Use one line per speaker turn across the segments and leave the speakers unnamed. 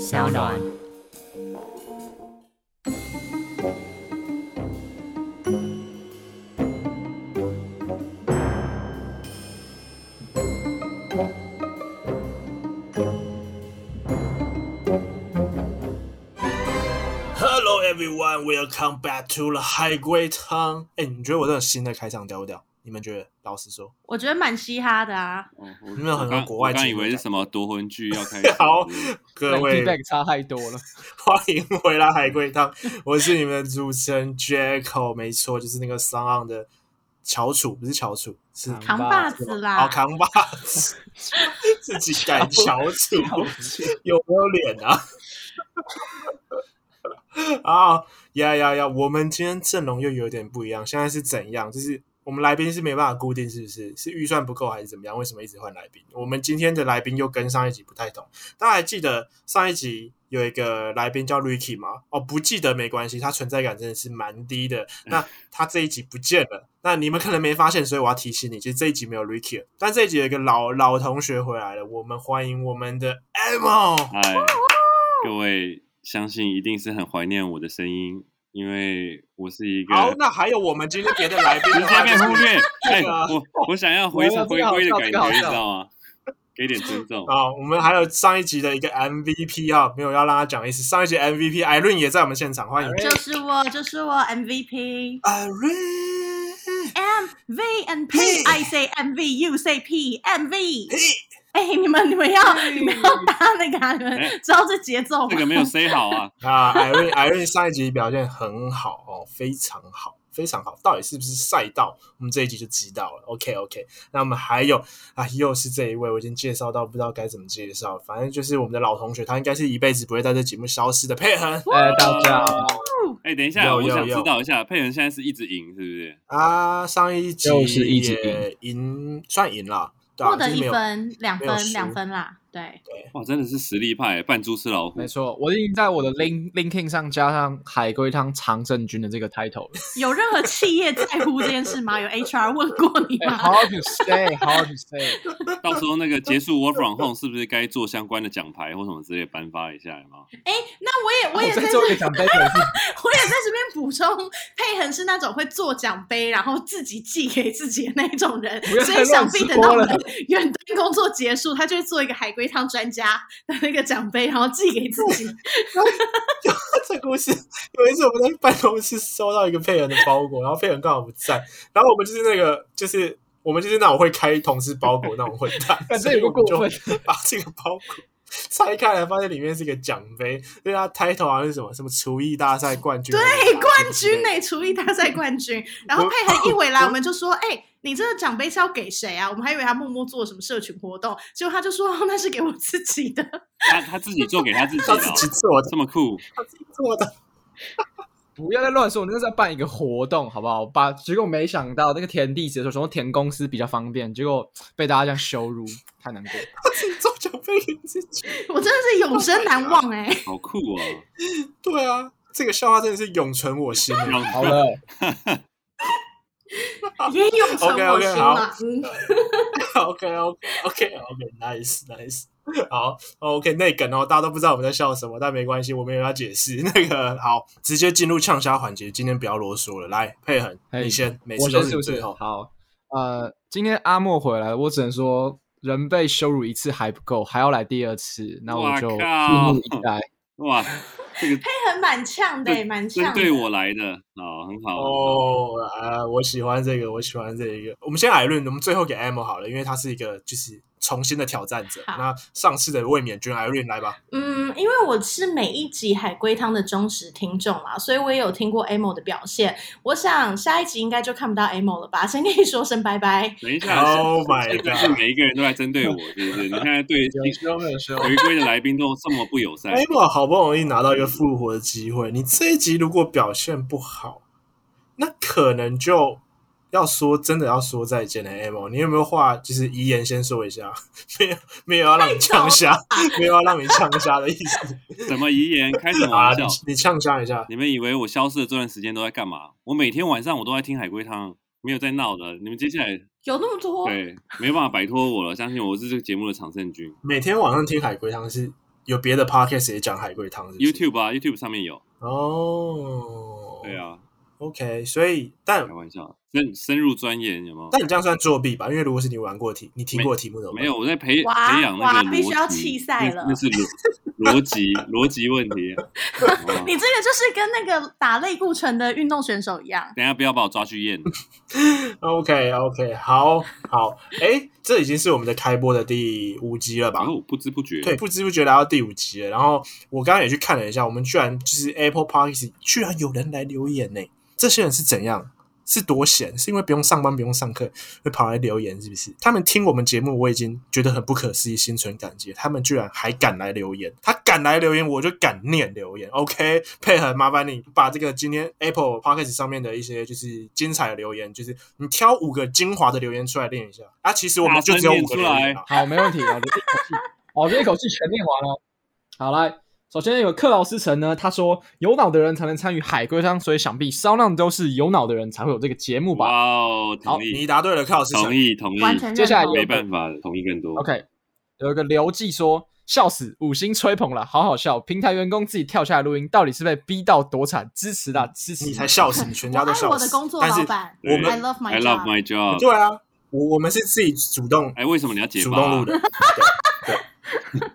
小暖。
Hello everyone, welcome back to the Highway Town。哎，你觉得我这种新的开场屌不屌？你们觉得？老实说，
我觉得蛮嘻哈的啊，
哦，我
你们有很多
我刚
国外
我刚
节
以
目
为是
在
什么夺魂剧要 开始
好
之类的
各位
feedback 差太多了。
欢迎回来海龟汤，我是你们的主持人 Jacko，没错，就是那个商岸的翘楚，不是翘楚，是
扛
扛把子啦，
好扛把子， 自己改翘楚， 有没有脸啊？啊呀呀呀！我们今天阵容又有点不一样，现在是怎样？就是我们来宾是没办法固定，是不是？是预算不够还是怎么样？为什么一直换来宾？我们今天的来宾又跟上一集不太同。大家还记得上一集有一个来宾叫 Ricky 吗？哦，不记得没关系，他存在感真的是蛮低的。 那他这一集不见了，那你们可能没发现，所以我要提醒你，其实这一集没有 Ricky 了。但这一集有一个老老同学回来了，我们欢迎我们的 Emo。
嗨，哎各位，相信一定是很怀念我的声音，因为我是一个
好，那还有我们今天别的来宾
直
的话就
接被
是
忽略。 哎，
个
我我想要回
我知道
回归的感
这个好
觉，
笑
你知道吗？给点尊重。
啊，我们还有上一集的一个 MVP 啊，没有要让他讲的意思。上一集 MVP Irene 也在我们现场，欢迎
就是我，就是我 MVP。
Irene。
M V and
P
P I say M V U say P M V。哎、你们你们要你们要搭那个、啊，你
哎
们知道这节奏吗？
这个没有 say 好啊，
啊，Irene Irene 上一集表现很好哦，非常好，非常好。到底是不是赛道？我们这一集就知道了。OK OK，那我们还有啊，又是这一位，我已经介绍到不知道该怎么介绍，反正就是我们的老同学，他应该是一辈子不会在这节目消失的佩恒
哎，大家好，
哎，等一下，
有
我
有
想知
有
道一下，佩恩现在是一直赢，是不是？
啊。上一集
又是一直
也赢，算赢了，对啊
获得
就是
一
没有
分、两
没有
分、两
输
分啦，对，
哇，真的是实力派，扮猪吃老虎
没。错，我已经在我的 Link Linking 上加上海龟汤常胜军的这个 title 了。
有任何企业在乎这件事吗？有 HR 问过你
哎
吗？
，How to say？How to say？
到时候那个结束 work from home 是不是该做相关的奖牌或什么之类颁发一下？有没有？
哎、那我也我也
在
在这
做一个讲 title 的事 情
我也在这边补充，佩恒是那种会做奖杯，然后自己寄给自己的那一种人，
不要
所以
再
想
乱
必
说
等到我
了
们远端工作结束，他就会做一个海龟汤专家的那个奖杯，然后寄给自
，
己。
这故事有一次我们在办公室收到一个佩恩的包裹，然后佩恩刚好不在，然后我们就是那个就是我们就是那种会开同事包裹那种混
啊
蛋
感
所
觉
以
有
我们就
过分。
把这个包裹 拆开来，发现里面是一个奖杯，对它 title 好像是什么什么厨艺大赛冠军，
对，冠军欸呢、
呢、
厨艺大赛 冠军。然后
我
佩恒一回来，我们就说：“哎、你这个奖杯是要给谁啊？”我们还以为他默默做什么社群活动，结果他就说：“哦那是给我自己的。
他他自己做给他自己的
他
哦，
自己做的，
这么酷。
他自己做的，
不要再乱说，我那是在办一个活动，好不好？把结果没想到那个填地址的时候，说填公司比较方便，结果被大家这样羞辱，太难过。
他自己做奖杯给自己，”
我真的是永生难 忘哎、
好酷哦！
对啊，这个笑话真的是永存我心。欸
让
好了，
也永存
OK，OK，
我心
好
了。嗯
OK OK OK OK Nice Nice 好 OK 内梗哦，大家都不知道我们在笑什么，但没关系，我们有要解释。 那个好，直接进入呛虾环节，今天不要啰嗦了，来佩恒，
嘿
你先，每
我
次都
先是
你
不
最
是？
后。
好，呃，今天阿莫回来，我只能说人被羞辱一次还不够，还要来第二次，那我
哇
就
靠
拭目以待。
哇，这个
佩恒蛮呛的、欸蛮
针
呛的。
对我来的，好，很好。
哦啊，我喜欢这个，我喜欢这一个。我们先来论，我们最后给 M 好了，因为他是一个就是重新的挑战者。
好
那上次的卫冕军 Irene 来吧，
嗯，因为我是每一集海龟汤的忠实听众啦，所以我也有听过 Amo 的表现。我想下一集应该就看不到 Amo 了吧？先跟你说声拜拜。
等一下
Oh my
现在是
god
每一个人都在针对我，是不是？你看看对
有时候没有时候，哎
回归的来宾都这么不友善，
！M 哎好不容易拿到一个复活的机会，你这一集如果表现不好，那可能就要说真的要说再见了。M，你有没有话就是遗言先说一下？ 没有，没有要让你呛虾， 没有要让你呛虾的意 思
什么遗言，开什么
啊！
玩笑
你？你呛虾一下，
你们以为我消失的这段时间都在干嘛？我每天晚上我都在听海龟汤，没有在闹的。你们接下来
有那么多？
对没有办法摆脱我了，相信我是这个节目的常胜军。
每天晚上听海龟汤是有别的 podcast 也讲海龟汤是不是
YouTube 啊，YouTube 上面有。
哦，
对啊，哦
，OK，所以但
开玩笑，深深入钻研有没有？
但你这样算作弊吧？因为如果是你玩过题，你听过题目怎么办
没有，我在培
哇
培养那
哇
个
必须要
逻辑
弃赛了
那那是逻 逻辑逻辑问题。啊好
你这个就是跟那个打类固醇的运动选手一样，
等一下不要把我抓去验。
OK OK，好好，哎，这已经是我们的开播的第五集了吧
然？后我不知不觉，
对，不知不觉来到第五集了。然后我刚刚也去看了一下，我们居然就是 Apple Podcast 居然有人来留言呢、这些人是怎样？是多闲？是因为不用上班、不用上课，会跑来留言，是不是？他们听我们节目，我已经觉得很不可思议，心存感激。他们居然还敢来留言，他敢来留言，我就敢念留言。OK，配 合麻烦你把这个今天 Apple Podcast 上面的一些就是精彩的留言，就是你挑五个精华的留言出来念一下。啊，其实我们就只有五个留言啊。
好，没问题啊，我就一口气，好我就一口气全念完了。好来，首先有克劳斯城呢，他说有脑的人才能参与海龟汤，所以想必骚浪都是有脑的人才会有这个节目吧。
哇哦，同
你
意，
答对了，靠，是
同意，同意，
完全认
接下来
同
有
没办法，同意更多。
OK，有一个刘记说笑死，五星吹捧了，好好笑。平台员工自己跳下来录音，到底是被逼到多惨？支持啦，支持！
你才笑死，你全家
我
都
爱
笑死。
我的工作
但是
老板
我们
，I love Oh my
I love
job。
my job。
对啊，我我们是自己主动
哎，为什么你要解
主
巴
动
啊
录？ 的，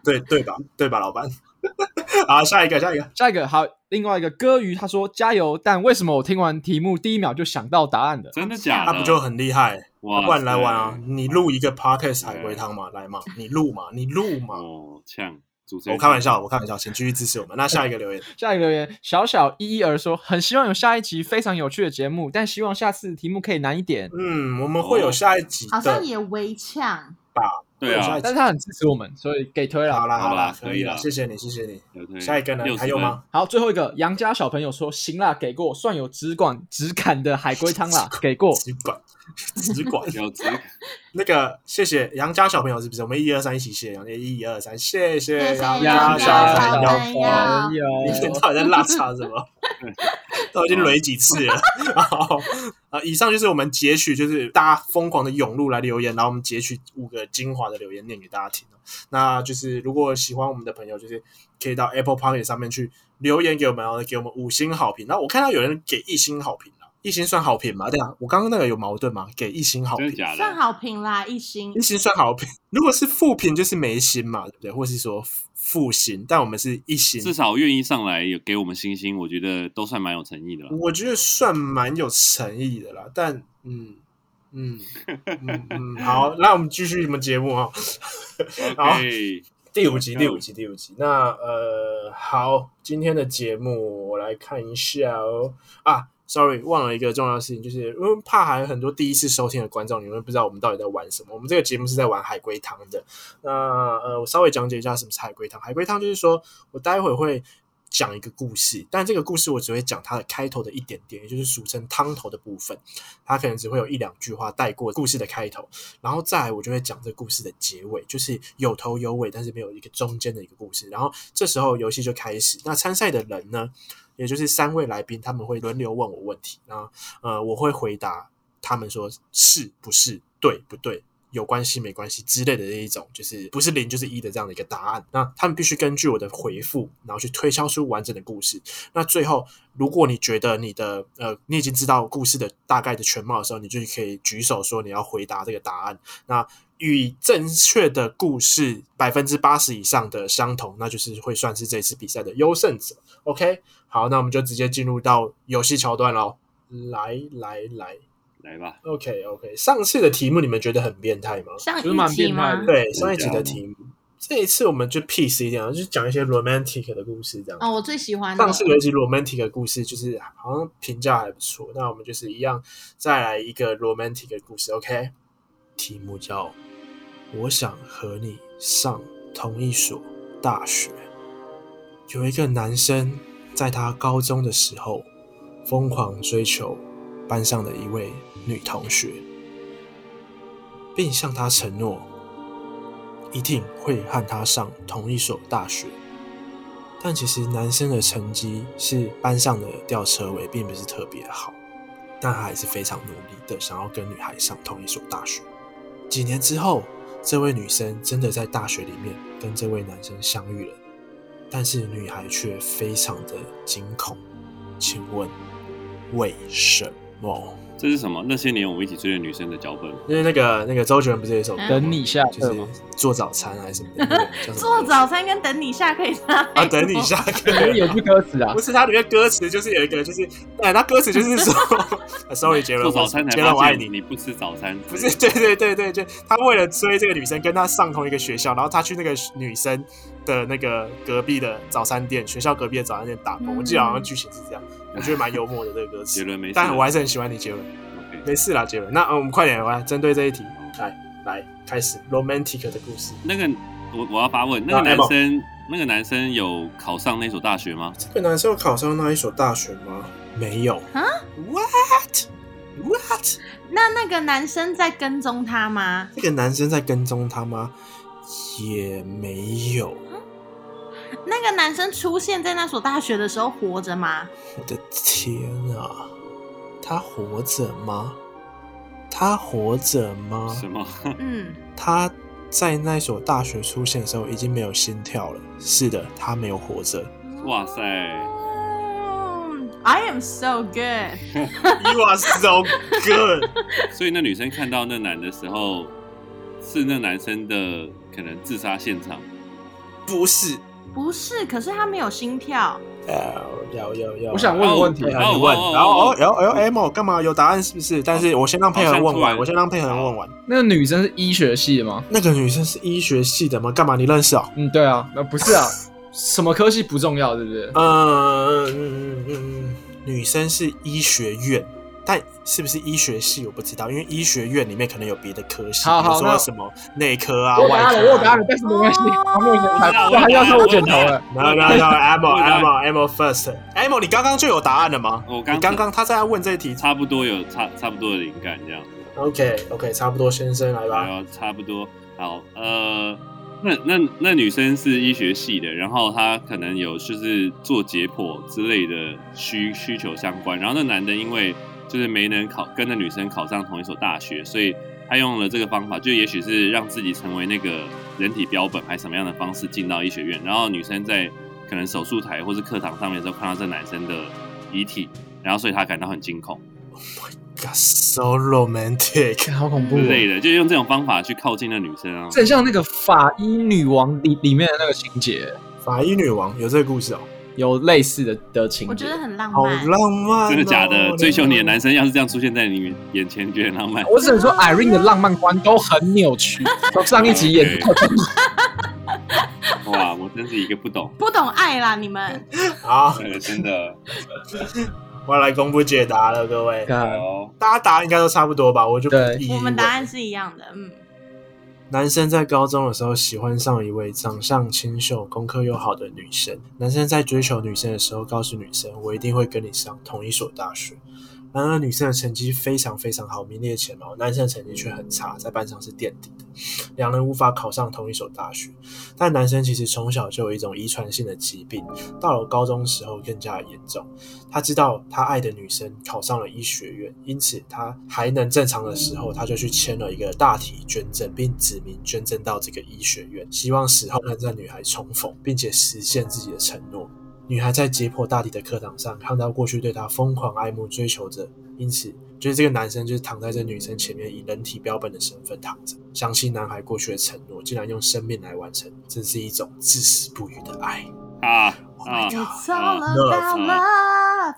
对对对对吧？对吧，老板？ 好，下一个，下一个，
下一个好，另外一个歌鱼他说加油，但为什么我听完题目第一秒就想到答案的？
真的假
那
的？
不就很厉害？
哇塞，
不然来玩啊！你录一个 podcast 海龟汤嘛，来嘛，你录嘛，你录嘛。
哦，呛，主持人，
我开玩，笑，我开玩笑，请继续支持我们。那下一个留言，
下一个留言小小一一儿说很希望有下一集非常有趣的节目，但希望下次题目可以难一点。
嗯，我们会有下一集
好像
的。
也围呛，
哦对啊，
但是他很支持我们，所以给推
好
了。
啦
好啦
啦，
可以
可以啦，
啦
谢谢你，谢谢你。
有对
下一个呢？
60
还有吗？
好，最后一个杨家小朋友说行啦，给过，算有质感质感的海龟汤 啦，给过。
只管，只管。
分？有资
那个，谢谢杨家小朋友，是不是？我们一二三一起谢杨，一二三，谢谢
谢
杨
谢
家
杨
小
家
朋
小
友。
朋友。
你一天到底在拉扯什么？都已经雷几次了。然后呃，以上就是我们截取，就是大家疯狂的涌入来留言，然后我们截取五个精华的留言念给大家听哦。那就是如果喜欢我们的朋友，就是可以到 Apple p o c k e t 上面去留言给我们，然后哦给我们五星好评。那我看到有人给一星好评了，一星算好评吗？对啊，我刚刚那个有矛盾吗？给一星好
真的
评。
假
算
的？
好评啦，一星
一星算好评，如果是负评就是没星嘛，对不对？或是说负星，但我们是一星，
至少愿意上来有给我们星星，我觉得都算蛮有诚意的啦。
我觉得算蛮有诚意的啦，但嗯嗯嗯嗯，好，那我们继续我们节目啊、 好
OK，
第五集，第五集，第五集。那呃，好，今天的节目我来看一下哦。啊，sorry，忘了一个重要的事情，就是因为怕还有很多第一次收听的观众，你们不知道我们到底在玩什么。我们这个节目是在玩海龟汤的。那呃，我稍微讲解一下什么是海龟汤。海龟汤就是说我待会会。讲一个故事，但这个故事我只会讲它的开头的一点点，也就是俗称汤头的部分。它可能只会有一两句话带过故事的开头，然后再来我就会讲这故事的结尾，就是有头有尾，但是没有一个中间的一个故事。然后这时候游戏就开始。那参赛的人呢，也就是三位来宾，他们会轮流问我问题，然后呃，我会回答他们说是不是、对不对、有关系没关系之类的这一种，就是不是零就是一的这样的一个答案。那他们必须根据我的回复，然后去推敲出完整的故事。那最后，如果你觉得你的呃你已经知道故事的大概的全貌的时候，你就可以举手说你要回答这个答案。那与正确的故事百分之八十以上的相同，那就是会算是这次比赛的优胜者。OK，好，那我们就直接进入到游戏桥段喽。来来来
来吧，
，OK OK，上次的题目你们觉得很变态吗？
上
就是蛮
一集
变态
吗
的？
对，上一集的题目，这一次我们就 peace 一点啊，就讲一些 romantic 的故事这样。
哦，我最喜欢的
上次有一集 romantic 的故事，就是好像评价还不错。那我们就是一样，再来一个 romantic 的故事，OK？题目叫“我想和你上同一所大学”。有一个男生在他高中的时候疯狂追求班上的一位女同学，并向她承诺一定会和她上同一所大学。但其实男生的成绩是班上的吊车尾，并不是特别好，但他还是非常努力的想要跟女孩上同一所大学。几年之后，这位女生真的在大学里面跟这位男生相遇了，但是女孩却非常的惊恐。请问为什么？
这是什么？那些年我们一起追的女生的脚本吗。
因为那个那个周杰伦不是有一首歌吗
等你下
就
课
是
吗？
做早餐还是什么的那个叫什么
嗯 做早餐跟等你下课差
啊，等你 下
可
课
以。有句歌词啊
不，是，它里面歌词就是有一个，就是，哎，那歌词就是说啊，sorry，杰伦，
做早餐才
杰伦，我
发
爱
现
你。
你不吃早餐，
不是，对对对对，就他为了追这个女生，跟她上同一个学校，然后他去那个女生的那个隔壁的早餐店，学校隔壁的早餐店打工。我记得好像剧情是这样，我觉得蛮幽默的这个歌
杰
词。
伦没事啊。
但我还是很喜欢你，杰伦。
OK
没事啦，杰伦。那、呃我们快点来针对这一题，来来开始 romantic 的故事。
那个我我要发问，那个
那
男
Apple
生那个男生有考上那所大学吗？
这个男生有考上那一所大学吗？没有
啊
？What？What？
那那个男生在跟踪他吗？
这个男生在跟踪他吗？也没有。
那个男生出现在那所大学的时候活着吗？
我的天啊，他活着吗？他活着吗？
什么？
嗯，
他在那所大学出现的时候已经没有心跳了。是的，他没有活 着。
哇塞
嗯！I am so good。
You are so good 。
所以那女生看到那男的时候，是那男生的可能自杀现场。
不是，
不是，可是他没有心跳。
呃，要要要。
我想问个问题
配
啊
合你问，
哦哦哦哦
然后哦，然后哎 M 干嘛？有答案是不是？但是我先让配合
好
问
像突
完，
然
我先让配合问完。
那个女生是医学系的吗？
那个女生是医学系的吗？干嘛？你认识哦？
嗯，对啊，那不是啊，什么科系不重要，对不对？
呃嗯嗯嗯，女生是医学院，但是不是医学系我不知道，因为医学院里面可能有别的科系，
好
比如
好
说
那
什么内科啊、
我有答
外
案了，我有
科
答案
啊。
了，但是没关系，
哦
他没有剪裁
我，知道
我还要说我剪头
我知
了。
No no no, Amo
我有答案
Amo Amo first. Amo，你刚刚就有答案了吗？
我刚
你刚刚他在问这一题。
差不多有差差不多的灵感这样，
OK OK，差不多，先生来
然
吧。
后差不多好呃。那那那女生是医学系的，然后她可能有就是做解剖之类的需需求相关，然后那男的因为就是没能考跟那女生考上同一所大学，所以他用了这个方法，就也许是让自己成为那个人体标本，还是什么样的方式进到医学院。然后女生在可能手术台或是课堂上面的时候看到这男生的遗体，然后所以她感到很惊恐
God, so romantic，
好恐怖
之
哦，
类的，就用这种方法去靠近那女生啊。
这很像那个法医女王里里面的那个情节，
法医女王有这个故事哦，
有类似的的情节。
我觉得很浪
好
漫。
浪
啊
漫哦。
真的假的？追求你的
男。
男生要是这样出现在你眼前，觉得很浪漫。
我只能说，Irene 的浪漫观都很扭 曲。从上一集演到这一集，
哇，我真是一个不懂，
不懂爱啦，你们。
哎好，
对，真的。
我要来公布解答了，各位。
看
好，
大家答案应该都差不多吧？我就不
对
一一
我们答
问
案是一样的。嗯，
男生在高中的时候喜欢上一位长相清秀、功课又好的女生。男生在追求女生的时候告诉女生：“我一定会跟你上同一所大学。”然而，女生的成绩非常非常好，名列前茅；男生的成绩却很差，在班上是垫底的。两人无法考上同一所大学。但男生其实从小就有一种遗传性的疾病，到了高中时候更加严重。他知道他爱的女生考上了医学院，因此他还能正常的时候，他就去签了一个大体捐赠，并指明捐赠到这个医学院，希望死后能让女孩重逢，并且实现自己的承诺。女孩在解剖大体的课堂上看到过去对她疯狂爱慕追求者，因此就是这个男生就是躺在这女生前面，以人体标本的身份躺着，相信男孩过去的承诺，竟然用生命来完成，真是一种至死不渝的爱。
啊
Oh
啊
my，
It's
god！
all
love,
about love.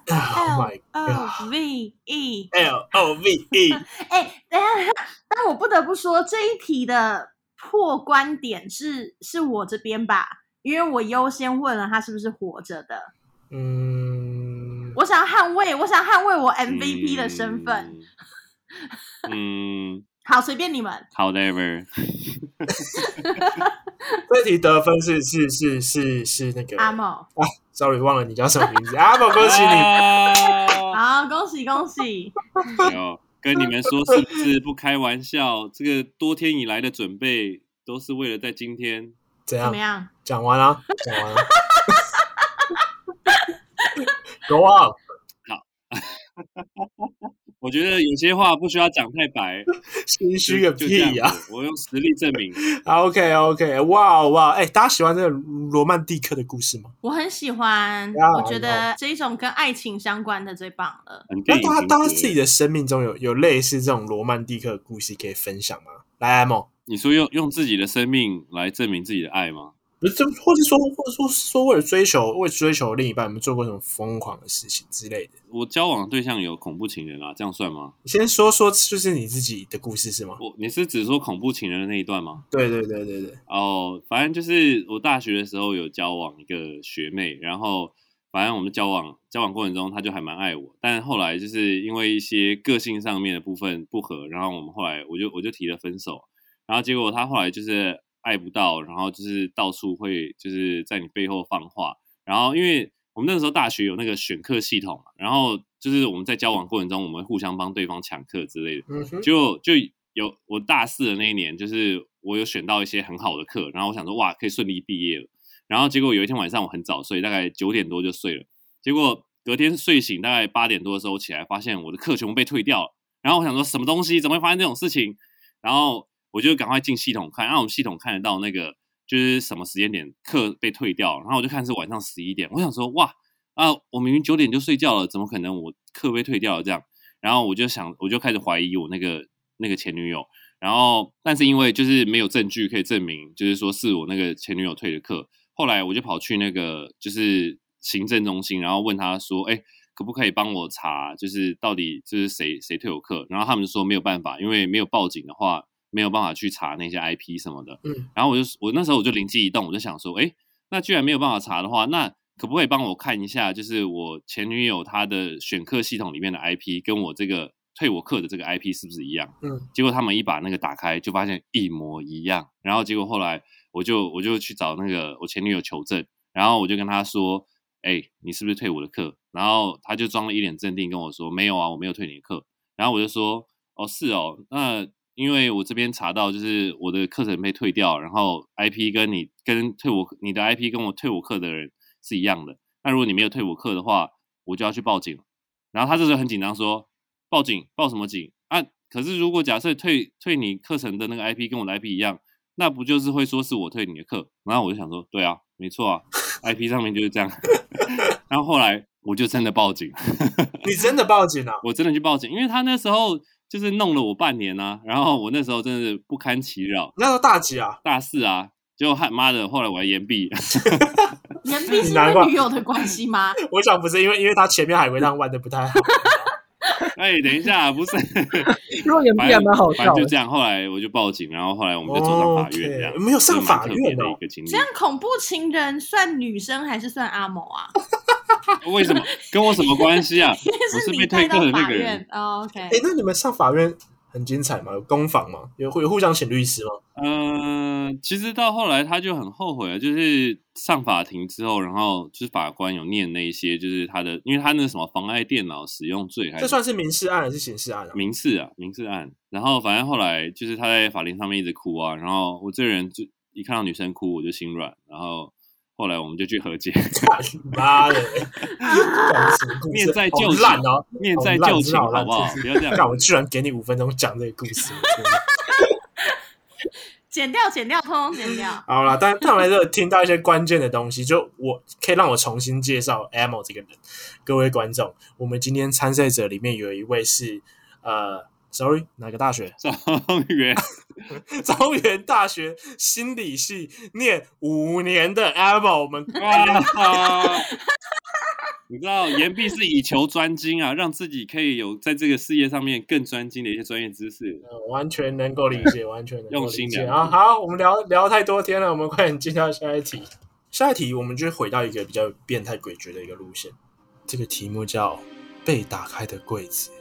Oh my
L O V E。
L O V E，
哎，等一下， 但我不得不说，这一题的破观点是是我这边吧，因为我优先问了他是不是活着的。
嗯，
我想要捍卫，我想捍卫我 MVP 的身份。
嗯。嗯
好，随便你们。
，however，
这题得分是是是是是那个
阿茂，
，sorry 忘了你叫什么名字，阿宝恭喜
哎
你。
你。
好，恭喜恭 喜！
有哎跟你们说是不是不开玩笑？这个多天以来的准备都是为了在今天。
怎
怎
样
么？样？
讲完了，讲完啊 了。Go on，
我觉得有些话不需要讲太白，
心 虚个
就就这样
屁呀、
子我用实力证明。
啊、！OK OK，哇哇，哎、大家喜欢这个罗曼蒂克的故事吗？
我很喜欢，
呀
我觉得这一种跟爱情相关的最棒 了。
很电
那
影
大家
情
大家
节
自己的生命中有有类似这种罗曼蒂克的故事可以分享吗？来，M，
你说用用自己的生命来证明自己的爱吗？
不是，这或者说，或者说说为了追求，为了追求另一半，我们做过什么疯狂的事情之类的？
我交往的对象有恐怖情人啊，这样算吗？
你先说说，就是你自己的故事是吗？
我你是指说恐怖情人的那一段吗？
对对对对对，
哦，反正就是我大学的时候有交往一个学妹，然后反正我们交往交往过程中，她就还蛮爱我，但后来就是因为一些个性上面的部分不合，然后我们后来我就我就提了分手，然后结果她后来就是爱不到，然后就是到处会就是在你背后放话，然后因为我们那时候大学有那个选课系统嘛，然后就是我们在交往过程中，我们会互相帮对方抢课之类的。
嗯哼，
就就有我大四的那一年，就是我有选到一些很好的课，然后我想说哇，可以顺利毕业了。然后结果有一天晚上我很早睡，大概九点多就睡了。结果隔天睡醒大概八点多的时候起来，发现我的课全部被退掉了。然后我想说什么东西，怎么会发生这种事情？然后我就赶快进系统看，然后我们系统看得到那个就是什么时间点课被退掉，然后我就看是晚上十一点。我想说哇啊，我明明九点就睡觉了，怎么可能我课被退掉了这样？然后我就想，我就开始怀疑我那个那个前女友。然后，但是因为就是没有证据可以证明，就是说是我那个前女友退的课。后来我就跑去那个就是行政中心，然后问他说：“哎，可不可以帮我查，就是到底就是谁谁退我课？”然后他们就说没有办法，因为没有报警的话，没有办法去查那些 IP 什么的。
嗯，
然后我就我那时候我就灵机一动，我就想说：“哎，那居然没有办法查的话，那可不可以帮我看一下，就是我前女友她的选课系统里面的 IP 跟我这个退我课的这个 IP 是不是一样？
嗯，
结果他们一把那个打开，就发现一模一样。然后结果后来我就我就去找那个我前女友求证，然后我就跟她说：“哎、你是不是退我的课？”然后她就装了一脸镇定跟我说：“没有啊，我没有退你的课。”然后我就说：“哦，是哦，那因为我这边查到，就是我的课程被退掉，然后 IP 跟你跟退我你的 IP 跟我退我课的人是一样的。那如果你没有退我课的话，我就要去报警。”然后他这时候很紧张说：“报警，报什么警啊？可是如果假设退退你课程的那个 IP 跟我的 IP 一样，那不就是会说是我退你的课？然后我就想说，对啊，没错啊，IP 上面就是这样。 然后后来我就真的报警，
你真的报警了、啊
我真的去报警，因为他那时候就是弄了我半年啊，然后我那时候真的是不堪其扰，
那时候大几啊？
大四啊，结果他妈的，后来我还延毕，
人必是因
难怪
为女友的关系吗？
我想不是因为因为他前面海龟汤玩的不太好，
哎，等一下，不是，
如果演
反
毕还
正
蛮好
反
笑
正就
的。
这样，后来我就报警，然后后来我们就走上法院这样
哦 OK，没有上
就是蛮
法
特别
院
的
哦
一个经历
这。样恐怖情人算女生还是算阿某 啊？
为什么跟我什么关系啊？
因为
我是
你
被
带
退
到
课的那
法
个人
院。。哦 OK，
哎、那你们上法院很精彩吗？有攻防吗？有会有互相请律师吗？
嗯、其实到后来他就很后悔了，啊就是上法庭之后，然后就是法官有念那一些，就是他的，因为他那什么妨碍电脑使用罪还
这
是
算是民事案还是刑事案啊？
哎民事啊民事案，然后反正后来就是他在法庭上面一直哭啊，然后我这个人就一看到女生哭我就心软，然后后来我们就去 和解，
妈 的，讲什么故事
面在
好
救赎
烂哦！
面在
好烂
旧情
好烂
好不好
真？
不要这 样，
干，我居然给你五分钟讲这个故事。我天哪
剪掉，剪掉，通通剪掉。
好啦，但但我还是有听到一些关键的东西，就我可以让我重新介绍 Amo 这个人。各位观众，我们今天参赛者里面有一位是呃，sorry，哪个大学？
庄 园
中原大学心理系念五年的 Amo，我们
哇！啊你知道，岩壁是以求专精啊，让自己可以有在这个事业上面更专精的一些专业知识。
呃完全能够理解，完全能够
用
理
心
解
良
啊！
苦
好，我们聊聊太多天了，我们快点进到下一题。下一题我们就回到一个比较变态诡谲的一个路线。这个题目叫“被打开的柜子”。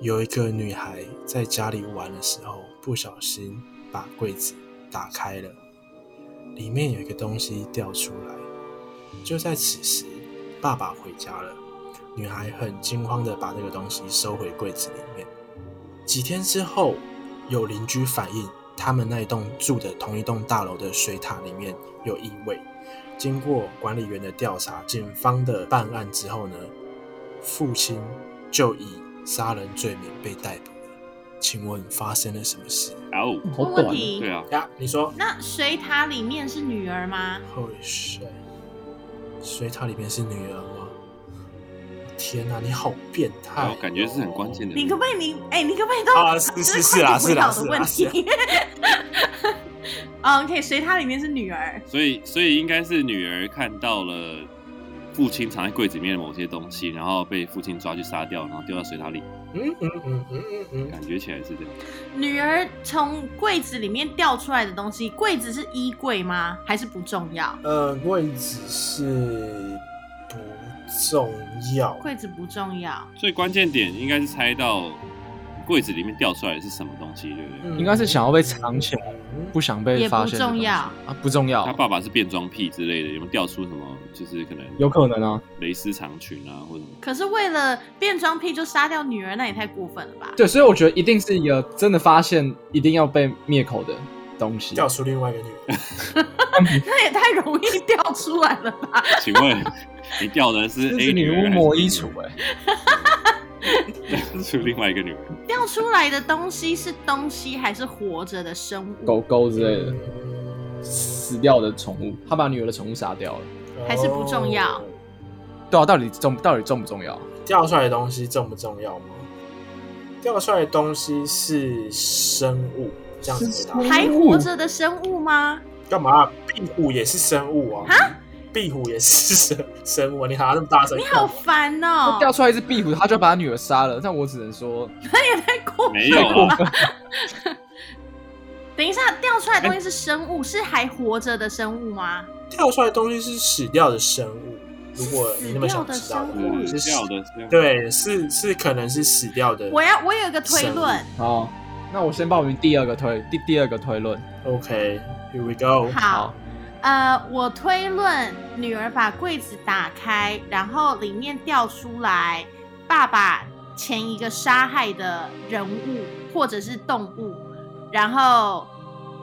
有一个女孩在家里玩的时候，不小心把柜子打开了，里面有一个东西掉出来。就在此时，爸爸回家了。女孩很惊慌的把那个东西收回柜子里面。几天之后，有邻居反映，他们那一栋住的同一栋大楼的水塔里面有异味。经过管理员的调查，警方的办案之后呢，父亲就以杀人罪名被逮捕了，请问发生了什么事？
啊哦，
好
问
短
问
哦。
题
对，啊，
呀，你说
那水塔里面是女儿吗？
Holy shit！水塔里面是女儿吗？天哪、你好变态、哦
然后感觉是很关键的。
你可不可以明？哎、你可不可以都
啊是是是啦
这快点回答我
是
的
啦
问
是啦
题。 嗯，可以随他里面是女儿，
所以，所以应该是女儿看到了父亲藏在柜子里面的某些东西，然后被父亲抓去杀掉，然后丢到水塔里，
嗯嗯嗯嗯嗯嗯，
感觉起来是这样。
女儿从柜子里面掉出来的东西，柜子是衣柜吗？还是不重要？
呃，位置是不重要。
柜子不重要，
最关键点应该是猜到柜子里面掉出来的是什么东西，对不对？
嗯
应该是想要被藏起来，不想被
也
发
不
现的东
重
西。
要。
啊，不重
他
要，
爸爸是变装癖之类的，有没有掉出什么？就是可能
有可能啊。
蕾丝长裙啊，或者什么。
可是为了变装癖就杀掉女儿，那也太过分了吧？
对，所以我觉得一定是一个真的发现一定要被灭口的东西。
调出另外一个女人，
那也太容易掉出来了吧？
请问 你掉的是
狮
A
子
女
女
儿
巫
还是
魔
B
衣
女
橱
儿，
哎、
是另外一个女人。
掉出来的东西是东西还是活着的生物？
狗狗之类的，死掉的宠物，他把女儿的宠物杀掉了。
还是不重要
哦
对啊，到底重到底重不重要？
掉出来的东西重不重要吗？掉出来的东西是生物，这样子回答
是
还活着的生物吗？
干嘛？啊壁虎也是生物啊！啊，壁虎也是生 生物啊！你喊它那么大声，
你好烦哦、
掉出来一只壁虎，他就把他女儿杀了。但我只能说，
也太过分
没有
了吧
啊啦，
等一下，掉出来的东西是生物，是还活着的生物吗？
跳出来的东西是死掉的生物，如果你那么想知道
死掉
话，
是
是
掉的是，
对，是是可能是死掉的。
我要，我有一个推论。
好，那我先报名第二个推第第二个推论。
OK，here、we go。
好，呃，我推论女儿把柜子打开，然后里面掉出来爸爸前一个杀害的人物或者是动物，然后。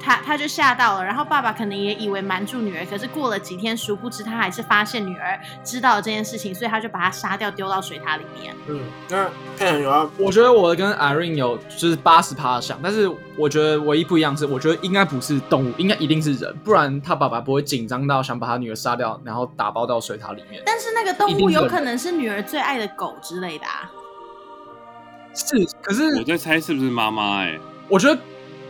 他他就吓到了，然后爸爸可能也以为瞒住女儿，可是过了几天，殊不知他还是发现女儿知道了这件事情，所以他就把她杀掉，丢到水塔里面。
嗯，那佩恩有要
我觉得我跟 Irene 有就是八十趴像，但是我觉得唯一不一样是，我觉得应该不是动物，应该一定是人，不然他爸爸不会紧张到想把他女儿杀掉，然后打包到水塔里面。
但是那个动
一
物
定是
有
人
可能是女儿最爱的狗之类的啊。
是，可是
我在猜是不是妈妈？哎，
我觉得，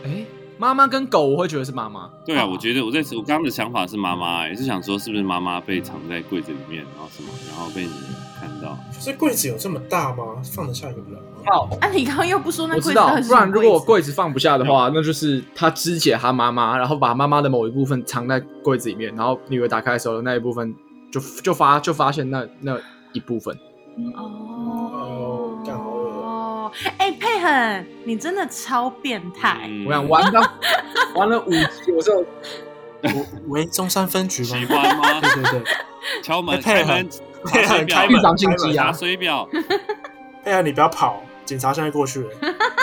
哎、妈妈跟狗，我会觉得是妈妈。
对
哦
啊，我觉得我在我刚刚的想法是妈妈，欸也是想说是不是妈妈被藏在柜子里面，然后什么，然后被你看到。
这柜子有这么大吗？放得下一个人吗？
好，
啊，你刚刚又不说那
我
柜子
知
到
道
底，是
不然如果我
柜
柜子放不下的话，那就是他肢解他妈妈，然后把妈妈的某一部分藏在柜子里面，然后女儿打开的时候那一部分就就发就发现那那一部分。
子哦
哦干好恶
哦，哎、佩恒，你真的超变态。
嗯
我想玩到玩了五集，我就
我喂，中山分局
喜
吗？
欢 吗？
对对对，
敲门，
配
开
合
门，
配合
查水
开
表
去
门，
长信机
查
啊。
水表。
佩恩你不要跑，警察现在过 去了。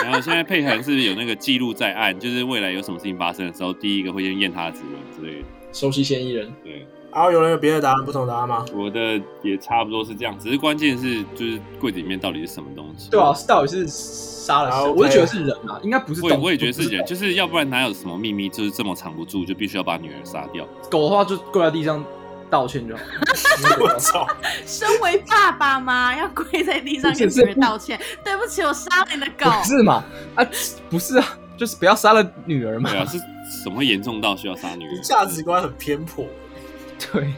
然后现在佩恒是不是有那个记录在案，就是未来有什么事情发生的时候，第一个会先验他的指纹之类的。
熟悉嫌疑人，
对，
然后有人有别的答案，不同答案 吗？
我的也差不多是这样，只是关键是就是柜子里面到底是什么东西。
对啊，是到底是杀了
好
谁？
，OK
我就觉得是人啊，应该不是
我也
动物。
我也觉得是人，
不
就是要不然哪有什么秘密就是这么藏不住，就必须要把女儿杀掉。
动物狗的话就跪在地上道歉就好。
我操！
身为爸爸嘛，要跪在地上
不
跟
是
女儿
是
道歉，对不起，我杀了你的狗。
不是嘛？啊，不是啊，就是不要杀了女儿嘛
对。啊，是怎么会严重到需要杀女
你
儿？
价值观很偏颇。
对，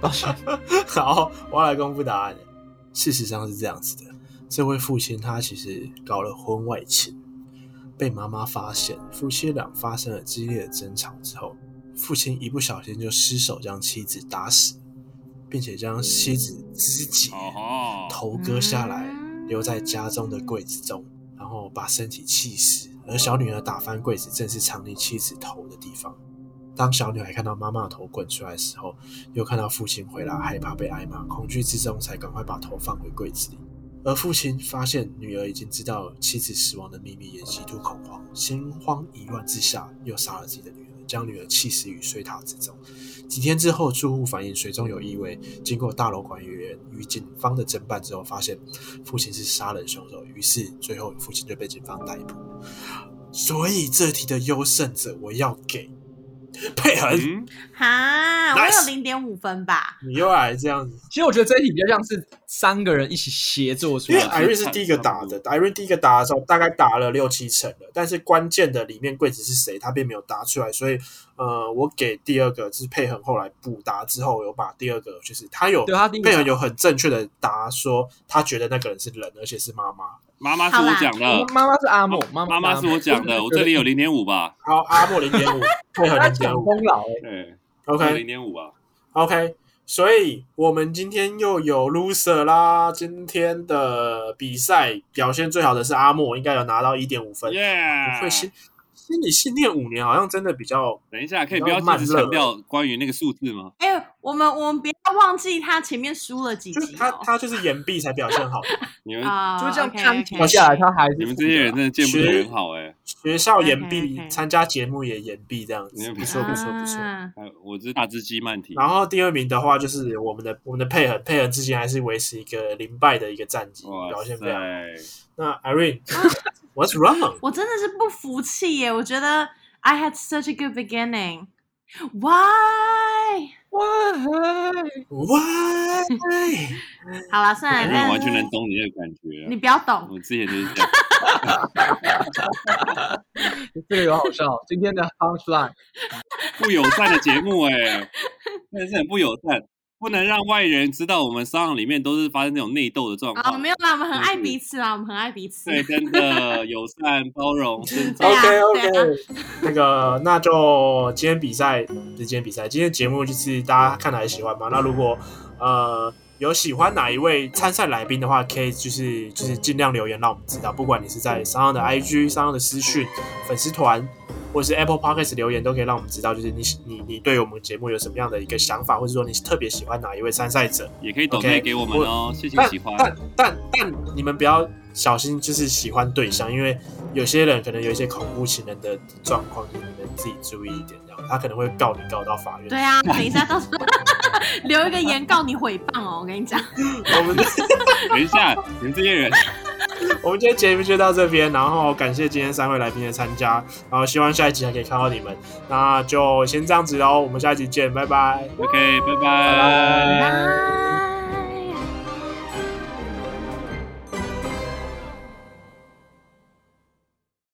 抱歉。
好，我要来公布答案了。事实上是这样子的，这位父亲他其实搞了婚外情，被妈妈发现，夫妻俩发生了激烈的争吵之后，父亲一不小心就失手将妻子打死，并且将妻子肢解，
哦吼，
头割下来，
嗯
留在家中的柜子中，然后把身体气死。而小女儿打翻柜子，正是藏匿妻子头的地方。当小女孩看到妈妈的头滚出来的时候，又看到父亲回来，害怕被挨骂，恐惧之中才赶快把头放回柜子里。而父亲发现女儿已经知道妻子死亡的秘密，也极度恐慌，心慌意乱之下又杀了自己的女儿。将女儿气死于水塔之中。几天之后，住户反映水中有异味，经过大楼管理员与警方的侦办之后，发现父亲是杀人凶手，于是最后父亲就被警方逮捕。所以这题的优胜者我要给佩恒，
嗯，
哈，我有
Nice
零点五分吧。
你又来这样子，
其实我觉得这一题比较像是三个人一起协作出
因为
来的。
Irene 是第一个打的，Irene 第一个打的时候大概打了六七成了，但是关键的里面柜子是谁，他并没有答出来，所以呃，我给第二个就是佩恒后来补答之后，有把第二个就是他有
对他啊第一个
佩恒有很正确的答说他觉得那个人是人，而且是妈妈。
妈妈是我讲的，
嗯妈妈是阿莫，妈
妈妈
妈
是我讲的，我这里有零点五吧，
好，阿莫零点五，佩恒
他
零
讲
点五
功劳哎，
对，零
，OK
点五吧。
OK，所以我们今天又有 loser 啦。今天的比赛表现最好的是阿莫，应该有拿到一点五分。
耶
不会心心理信念五年好像真的比较
等一下，可以
比
不
较
要一直
慢热
强调关于那个数字吗？
哎、我们我们不要忘记他前面输了几
就是
集
他
哦。
他就是岩壁才表现好，
你们
啊，
就这样
OK，OK 啊
看
嗯
停下来，他还是
你们这些人真的见不得人好哎、
学校岩壁
OK，OK
参加节目也岩壁这样子，
嗯
不错不错不错。
啊
哎我是大只鸡慢体，
然后第二名的话就是我们的我们的配合配合之间还是维持一个零败的一个战绩，表
哇
现
塞
非常好。，那 Irene，What's wrong？
我真的是不服气耶！我觉得 I had such a good beginning. Why？
哇，
Why？
好了，算了，
我
但
完全能懂你那个感觉、啊
你不要懂。
我之前就是这样，
这个有好笑。今天的 punchline
不友善的节目哎、真的是很不友善，不能让外人知道我们商场里面都是发生这种内斗的状
啊，
况。
没有啦，我们很爱彼此啦，我们很爱彼此。
嗯对，真的友善包容，尊重
对啊
OK
对啊
OK，那个那就今天比赛嗯不是今天比赛，今天节目就是大家看的还喜欢吗？那如果呃有喜欢哪一位参赛来宾的话，可以就是就是尽量留言让我们知道，不管你是在商上的 IG、商上的私讯、粉丝团。或是 Apple Podcast 留言都可以让我们知道，就是你你你对我们节目有什么样的一个想法，或者说你特别喜欢哪一位参赛者。
也可以抖
OK，
内给我们哦，谢谢
但
喜欢。
但但但你们不要小心，就是喜欢对象，因为有些人可能有一些恐怖情人的状况，就是你们自己注意一点，这样他可能会告你告到法院。
对啊，等一下到时候 留一个言告你诽谤哦，我跟你讲。
我们
等一下，你们这些人，
我们今天节目就到这边，然后感谢今天三位来宾的参加，然后希望下一集还可以看到你们，那就先这样子喽，我们下一集见，拜拜。
OK，拜
拜拜。
拜。
拜。